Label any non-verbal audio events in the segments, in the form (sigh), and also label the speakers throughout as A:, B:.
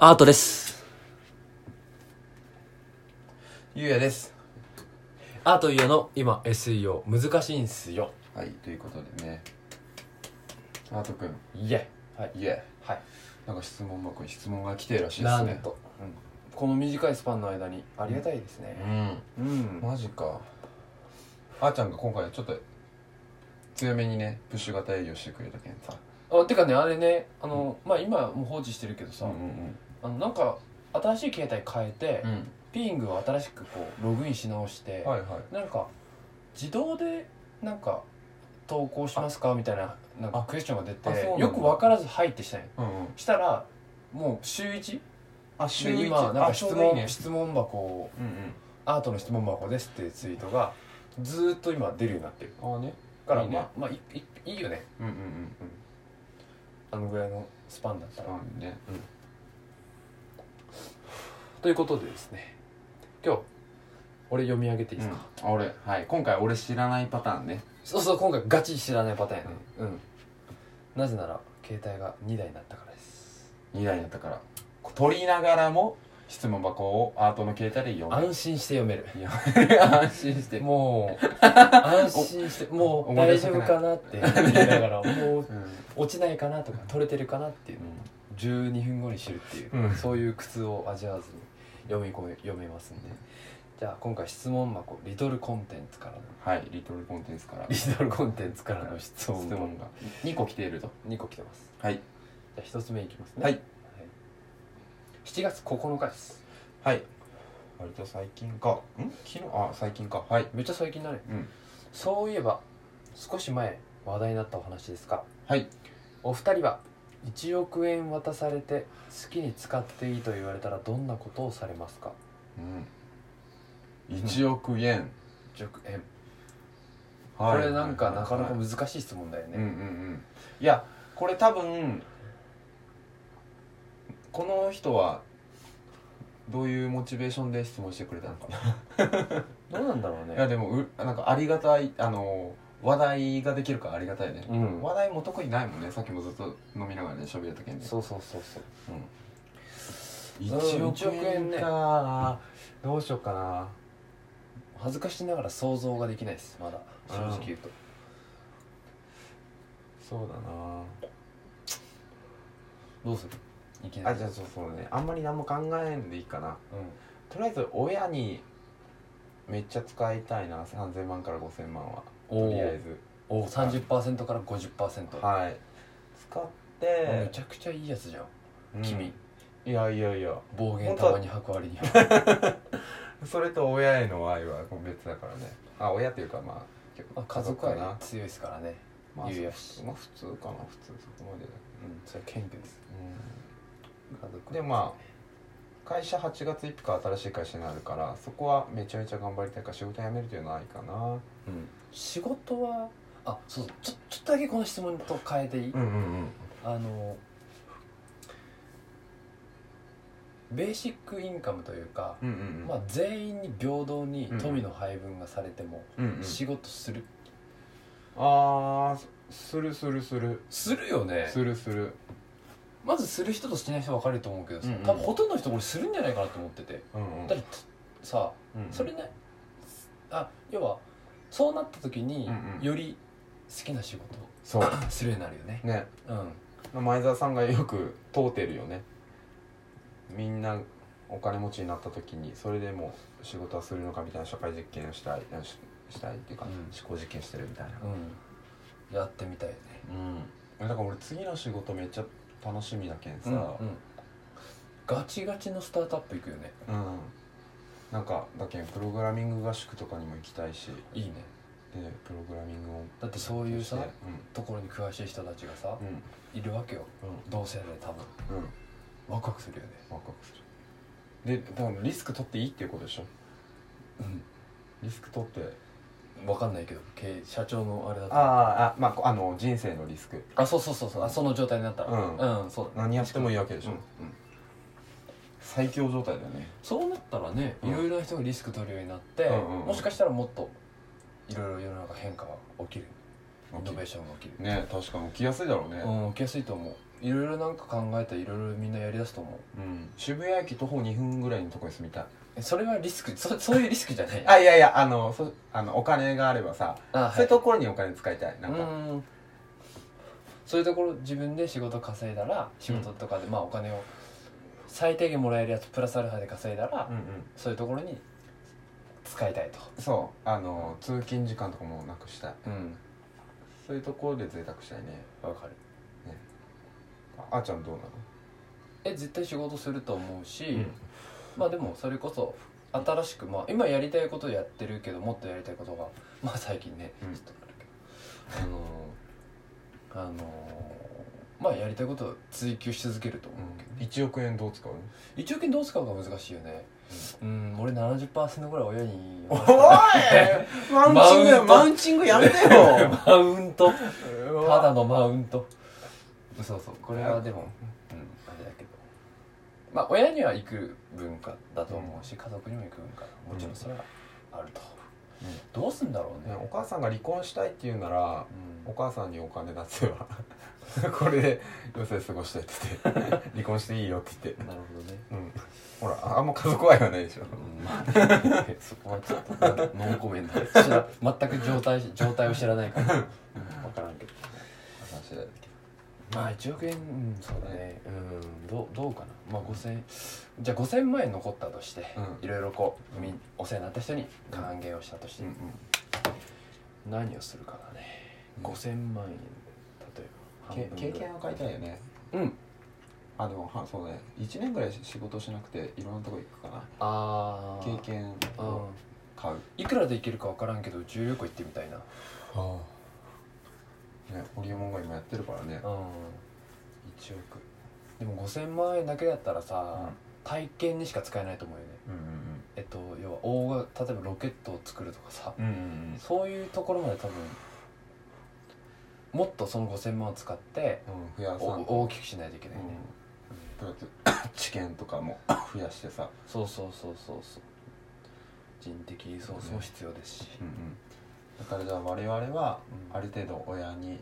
A: アートです。
B: ゆうやです
A: アートゆうの今 SEO 難しいんすよ。
B: はいということでねアートくん
A: イエはい。
B: いえ
A: はい。
B: なんか質問箱に質問が来てるらしいで
A: な
B: す
A: ん
B: ね
A: と、この短いスパンの間にありがたいです
B: う
A: ね。う
B: ん、
A: ん。
B: マジかあーちゃんが今回はちょっと強めにねプッシュ型営業してくれたけんさ
C: あてかねあれねあの、まあ、今もう放置してるけどさ、
B: ん
C: あのなんか新しい携帯変えて、
B: うん
C: ピーイングを新しくこうログインし直して、
B: はいはい
C: なんか自動でなんか投稿しますかみたいななん
B: あ
C: かクエスチョンが出
B: あそ
C: て
B: うなんだ
C: よく分からず「はい」ってしたんよ
B: うんうん
C: したらもう週一
B: あ
C: で
B: 一
C: 今なん
B: あ
C: か
B: ち
C: 質
B: ょう
C: 問
B: どいいね
C: 質問箱を
B: うん
C: アートの質問箱ですっていうツイートがずーっと今出るようになってる
B: うんああね
C: だから
B: いいね
C: まあまあいいいいよね
B: うんうんうん
C: あのぐらいのスパンだったら
B: あーね
C: ということでですね今日俺読み上げていいですか、
B: うんあ俺はい今回俺知らないパターンね
C: そうそう今回ガチ知らないパターンやねうん、なぜなら携帯が2台になったからです
B: 2台だったから取りながらも質問箱をアートの携帯で読む
C: 安心して読める
B: いや安心して
C: も (laughs) う安心してもう
B: 思い出
C: 大
B: し
C: 丈
B: たく
C: 夫
B: な
C: かな
B: い
C: って言いながらもう
B: うん
C: 落ちないかなとか取れてるかなっていうのを12分後に知るっていう、
B: うん
C: そういう苦痛を味わわずに読み込め読めますんでじゃあ今回質問箱リトルコンテンツからの
B: はいリトルコンテンツから
C: (laughs) リ
B: 質
C: トルコンテンツからの質問箱
B: 問が2個来ていると
C: 2個来てます
B: はい
C: じゃあ1つ目いきますね
B: はい
C: 7月9日です
B: はい割と最近かん昨日あ最近かはい
C: めっちゃ最近だね
B: うん
C: そういえば少し前話題になったお話ですが
B: はい
C: お二人は1億円渡されて好きに使っていいと言われたらどんなことをされますか
B: うん1億円
C: 1億円
B: こ
C: これなんかなかなか難しい質問だよ
B: うんうんう
C: ね
B: んいやこれ多分この人はどういうモチベーションで質問してくれたのかな
C: どうなんだろう
B: いや
C: ね
B: でもうなんかありがたいあの話題ができるからありがたいね、
C: うん
B: 話題も特にないもんねさっきもずっと飲みながらね喋れたけんね
C: そうそうそうそう
B: うん、1
C: うん
B: 億
C: 1億円
B: 円
C: ね
B: か、どうしようかな
C: 恥ずかしながら想像ができないですまだ正直言うと
B: そうだ
C: どうするいき
B: な
C: な
B: あ
C: り
B: じゃあそうそうねあんまり何も考えんでいいかな
C: う
B: とりあえず親にめっちゃ使いたいな3000万から5000万は
C: ん
B: とりあえず
C: おお30%から50%、
B: はい使っ
C: め
B: て
C: ちゃくちゃいいやつじゃん、
B: うん
C: 君
B: いやいやいや
C: 暴言
B: 本
C: た
B: 当は
C: まに吐く割には (laughs)
B: それと親への愛は別だからねあ親っていうかまあ
C: まあ家族
B: な
C: 愛強いですからね、
B: まあ
C: 言うや
B: そまあ普通かな普通そこまでだ
C: うん、それは謙虚です家
B: う
C: 族
B: んでまあ会社8月1日から新しい会社になるからそこはめちゃめちゃ頑張りたいから仕事辞めるというのは愛かな
C: うん、仕事はあそうそうちょちょっとだけこの質問と変えていい、
B: んうん
C: あのベーシックインカムというか、
B: うんうん
C: まあ、全員に平等に
B: うん
C: 富の配分がされても
B: うんうん
C: 仕事する、
B: あーするするする
C: するよね
B: するする
C: まずする人としてない人分かれると思うけどさ、
B: うんうん
C: 多分ほとんどの人俺するんじゃないかなと思ってて
B: うんうん
C: だってさそれねあ要はそうなった時に
B: うんうん
C: より好きな仕事を
B: そう
C: するようになるよね
B: ね
C: うん
B: 前澤さんがよく通ってるよねみんなお金持ちになった時にそれでもう仕事はするのかみたいな社会実験をしたいあししたいっていうか、
C: うん
B: 思考実験してるみたいな
C: うんやってみたいよね
B: うんだから俺次の仕事めっちゃ楽しみだけんさ、
C: さあ、ガチガチのスタートアップ行くよね
B: うんなんかだけんプログラミング合宿とかにも行きたいしで
C: いいね
B: プログラミングを
C: だってそういうさ
B: 勉強して
C: ところに詳しい人たちがさ
B: うんうん
C: いるわけよ同世代多分
B: うんうん
C: ワクワクするよね
B: ワクワクするで多分リスク取っていいっていうことでしょリスク取って
C: 分かんないけど経営社長のあれだとあ
B: あーあまあこあの人生のリスク
C: そうそうそうそうあその状態になったら
B: うん
C: うん、そうだ
B: 何やってもいいわけでしょ、
C: うん
B: 最強状態だよね
C: そうなったらね、
B: うん
C: いろいろな人がリスク取るようになって、
B: うんうんうん
C: もしかしたらもっといろいろ世の中変化が起きるイノベーションが起きる、
B: ね確かに起きやすいだろうね、
C: うん起きやすいと思ういろいろなんか考えたらいろいろみんなやりだすと思う
B: うん、渋谷駅徒歩2分ぐらいのとこに住みたい
C: えそれはリスクそそういうリスクじゃない
B: あいやいやあのそあのお金があればさ、
C: あはい
B: そういうところにお金使いたいなんか、
C: うんそういうところ自分で仕事稼いだら仕事とかでまあお金を最低限もらえるやつプラスアルファで稼いだら、
B: うんうん
C: そういうところに使いたいと
B: そうあの通勤時間とかもなくしたい
C: うん
B: そういうところで贅沢したいね
C: わかる
B: ああーちゃんどうなの
C: え絶対仕事すると思うし、
B: うん
C: まあでもそれこそ新しくまあ今やりたいことやってるけどもっとやりたいことが (laughs) まあ最近ね、
B: うん
C: ちょっとあるけどあのー、あのーまあやりたいことを追求し続けると思うけどね、
B: うん、1億円どう使うの
C: 一億円どう使うか難しいよねうん、俺70%ぐらい親に
B: (laughs) おいマウンチングやマ
C: マ
B: ウンチングやめてよ
C: (laughs) マウントた
B: (laughs) ただ
C: だのマウントそうそうこれはでも、うん、あれだけどまあ親には行く文化だと思うし、家族にも行く文化もちろんそれはあると、どうすんだろうね、
B: ねお母さんが離婚したいって言うなら
C: う
B: お母さんにお金出せば (laughs) これで余生過ごしたいって言って離婚していいよって言って
C: ん、なるほどね
B: うんほらあんま家族愛はないでしょ
C: うんまあ (laughs) そこはちょっと (laughs) ノーコメントです知ら全く状態状態を知らないから分からんけど
B: 話だけ
C: まあ1億円、うん、そうだねうんどうどうかなまあ5000円じゃあ5000万円残ったとして、
B: うん
C: いろいろこうみ
B: うん
C: お世話になった人に還元をしたとして、
B: うんうん
C: 何をするかだね5000万円例えば
B: け経
C: 半分ぐら
B: 験を買いたいよね
C: うん
B: あでもはそうね1年ぐらい仕事しなくていろんなとこ行くか
C: あ
B: な
C: あ
B: 経験
C: うん
B: を買う
C: いくらでいけるか分からんけど宇宙旅行行ってみたいな
B: ああねホリエモンが今やってるからね
C: うん1億でも5000万円だけだったらさ、
B: うん
C: 体験にしか使えないと思うよね
B: うん
C: えっと要は大型例えばロケットを作るとかさ、
B: うんうんうん
C: そういうところまで多分もっとその5,000万を使って
B: うん増や
C: お
B: さん
C: 大きくしないといけないね、
B: うんとりあえず (coughs) 知見とかも増やしてさ、
C: そうそうそうそうそう人的リソースも必要ですし、
B: だからじゃあ我々は
C: うん
B: ある程度親に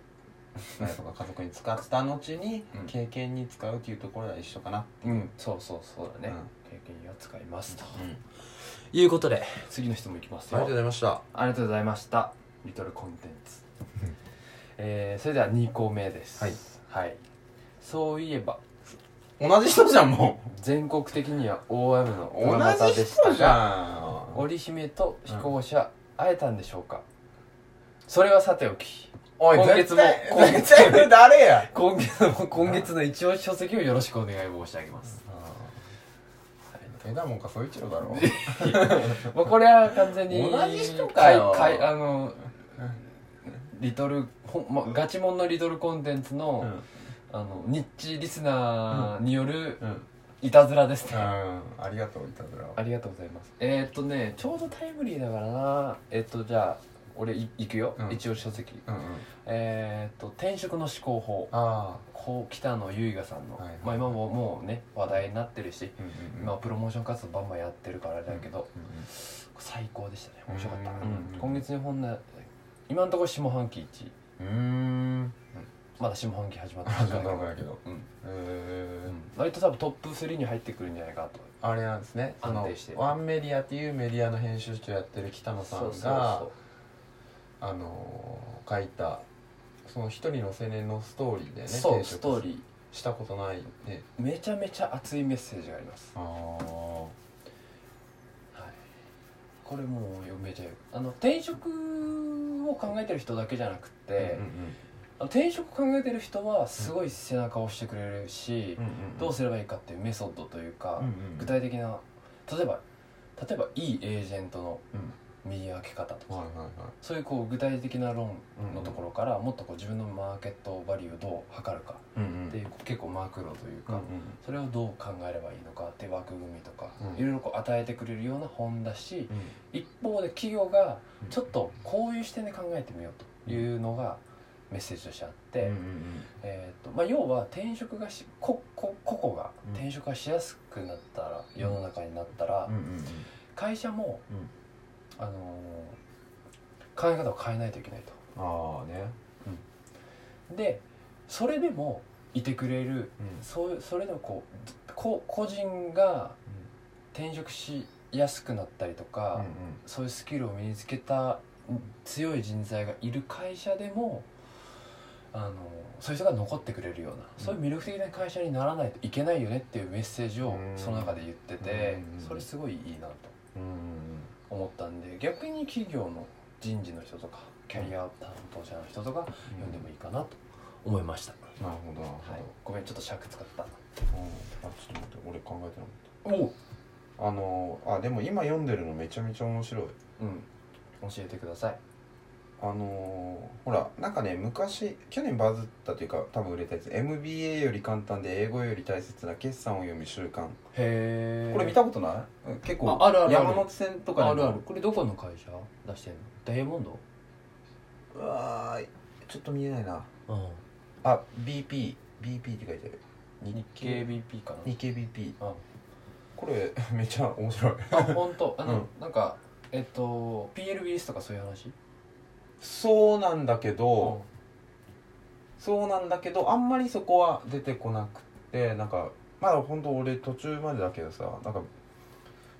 B: 親とか家族に使った後に
C: うん
B: 経験に使うっていうところは一緒かな、
C: うんそうそうそうだね、
B: うん
C: 経験は使いますと、
A: いうことで
C: 次の質問いきます
B: ありがとう
C: よ
B: ございました
C: ありがとうございましたリトルコンテンツえー、それでは2項目です
B: はい、
C: はい、そういえば
B: 同じ人じゃんも
C: 全国的には大雨の
B: う
C: ドラマ化
B: 同じ
C: でした
B: 人じ
C: が
B: ゃん
C: 織姫と飛行者、会えたんでしょうかそれはさておき
B: お
C: 今月も今月
B: 絶
C: も
B: 対これ誰や
C: 今月の今月の一応書籍をよろしくお願い申し上げます、
B: えだもんかそういちろだろ
C: まあ、これは完全に
B: 同じ人かよ
C: かいかいあのリトルほん、ま、ガチモンのリトルコンテンツの,、あのニッチリスナーによる
B: うん
C: いたずらですね、
B: うんありがとういたずらを
C: ありがとうございますえー、っとねちょうどタイムリーだからなえっとじゃあ俺い行くよ、
B: うん
C: 一応書籍
B: うんうん
C: えー、っと転職の思考法
B: あ
C: こう北野由依がさんの、
B: はいはい
C: まあ、今ももうね話題になってるし、
B: あうんうんうん
C: まあ、プロモーション活動バンバンやってるからあれだけど、
B: うんうん
C: 最高でしたね面白かった、
B: うん
C: うん今月日本の今のところ下半期1
B: うーん
C: まだ下半期始まったばっ
B: 始
C: か
B: ま
C: り
B: ったのかやけど、
C: うん
B: え
C: 割と多分トップ3に入ってくるんじゃないかと
B: ー、あれなんですねその
C: 安定して
B: ワンメディアっていうメディアの編集長やってる北野さんがあのー書いたその一人の青年のストーリーでね
C: そう
B: 転職
C: ストーリ
B: したことないね
C: ーめちゃめちゃ熱いメッセージがあります、
B: あー
C: はい、これもうめちゃよあの転職を考えてる人だけじゃなくて、あの転職考えてる人はすごい背中を押してくれるし、どうすればいいかっていうメソッドというか、具
B: 的
C: 体的な例えば例えばいいエージェントの見分け方とか、
B: はいはいはい
C: そういうこう具体的な論
B: うんうん
C: のところから、もっとこう自分のマーケットバリューをどう測るか
B: うんうん
C: っていう、結構マクロというか、それをどう考えればいいのかっていう枠組みとか、
B: うん
C: いろいろこう与えてくれるような本だし
B: うん
C: 一方で企業が
B: うん
C: ちょっとこういう視点で考えてみようというのがメッセージとしてあって。
B: うんうん
C: えーとまあ、要は転職がしここ個々が
B: うん
C: 転職がしやすくなったら、世の中になったら、
B: うんうんうん
C: 会社も、
B: うん
C: あのー考え方を変えないといけない
B: ああね
C: とでそれでもいてくれるそういうそれでもこうこ個人が転職しやすくなったりとか、そういうスキルを身につけた強い人材がいる会社でもあのそういう人が残ってくれるような、そういう魅力的な会社にならないといけないよねっていうメッセージを
B: うん
C: その中で言ってて、
B: うん
C: それすごいいいなと思ったんで逆に企業の人事の人とかキャリア担当者の人とか読んでもいいかなと思いました、
B: なるほどなるほ
C: はい、ごめんちょっと尺使った
B: ど、うんあちょっと待って俺考えてなか
C: お
B: っ
C: お
B: たあのあでも今読んでるのめちゃめちゃ面白い
C: うん教えてください
B: あのーほらなんかね昔去年バズったというか多分売れたやつ MBA より簡単で英語より大切な決算を読む習慣
C: へえ
B: これ見たことないうん結構
C: ああるあるある
B: 山手線とかでも
C: あるあるこれどこの会社出してんのダイヤモンド
B: うわーちょっと見えないな
A: うん
B: あ BPBP って書いてある日
C: KBP か
B: 日経 BP
C: な
B: これ (laughs) めっちゃ面白い
C: あ本当あの、
B: うん
C: なんかえっと PLBS とかそういう話
B: そうなんだけど、そうなんだけどあんまりそこは出てこなくてなんかまだ本当俺途中までだけどさなんか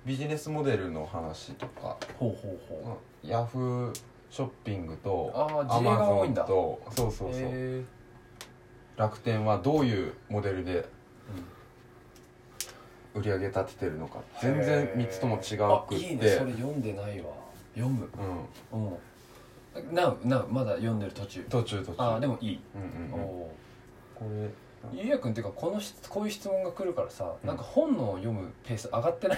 B: ビジネスモデルの話とか、
C: ほうほうほう
B: ヤフーショッピングと
C: ああ
B: ア
C: 事例
B: マ
C: が
B: ゾ
C: 多いん
B: ン
C: だ
B: とそうそうそう、
C: へ
B: 楽天はどういうモデルで
C: うん
B: 売り上げ立ててるのか
C: え
B: 全然3つとも違うくって
C: あいいねそれ読んでないわ読む
B: うん、
C: うんなうなうまだ読んでる途中
B: 途中途中
C: ああでもいい、
B: うんうんうん、
C: お
B: これ
C: ーゆうやくんっていうかこの質こういう質問が来るからさ、なんか本の読むペース上がってない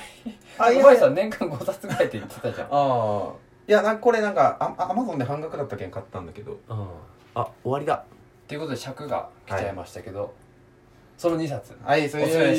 B: あい
C: お
B: や
C: 前さ年間5冊ぐらいって言ってたじゃん
B: ああいやなこれなんかアアマゾンで半額だったけん買ったんだけど
A: うんあ終わりだ
C: ということで尺が来ちゃいましたけど、その2冊
B: はいそ
C: お疲れ様でした